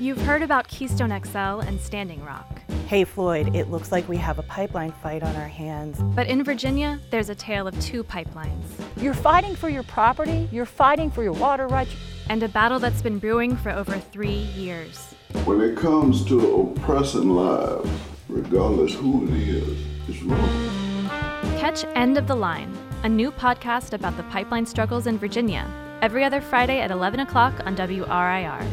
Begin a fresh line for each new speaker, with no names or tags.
You've heard about Keystone XL and Standing Rock.
Hey, Floyd, it looks like we have a pipeline fight on our hands.
But in Virginia, there's a tale of two pipelines
You're fighting for your property, you're fighting for your water rights.
and a battle that's been brewing for over three years.
When it comes to oppressing lives, regardless who it is, it's wrong.
Catch End of the Line, a new podcast about the pipeline struggles in Virginia, every other Friday at 11 o'clock on WRIR.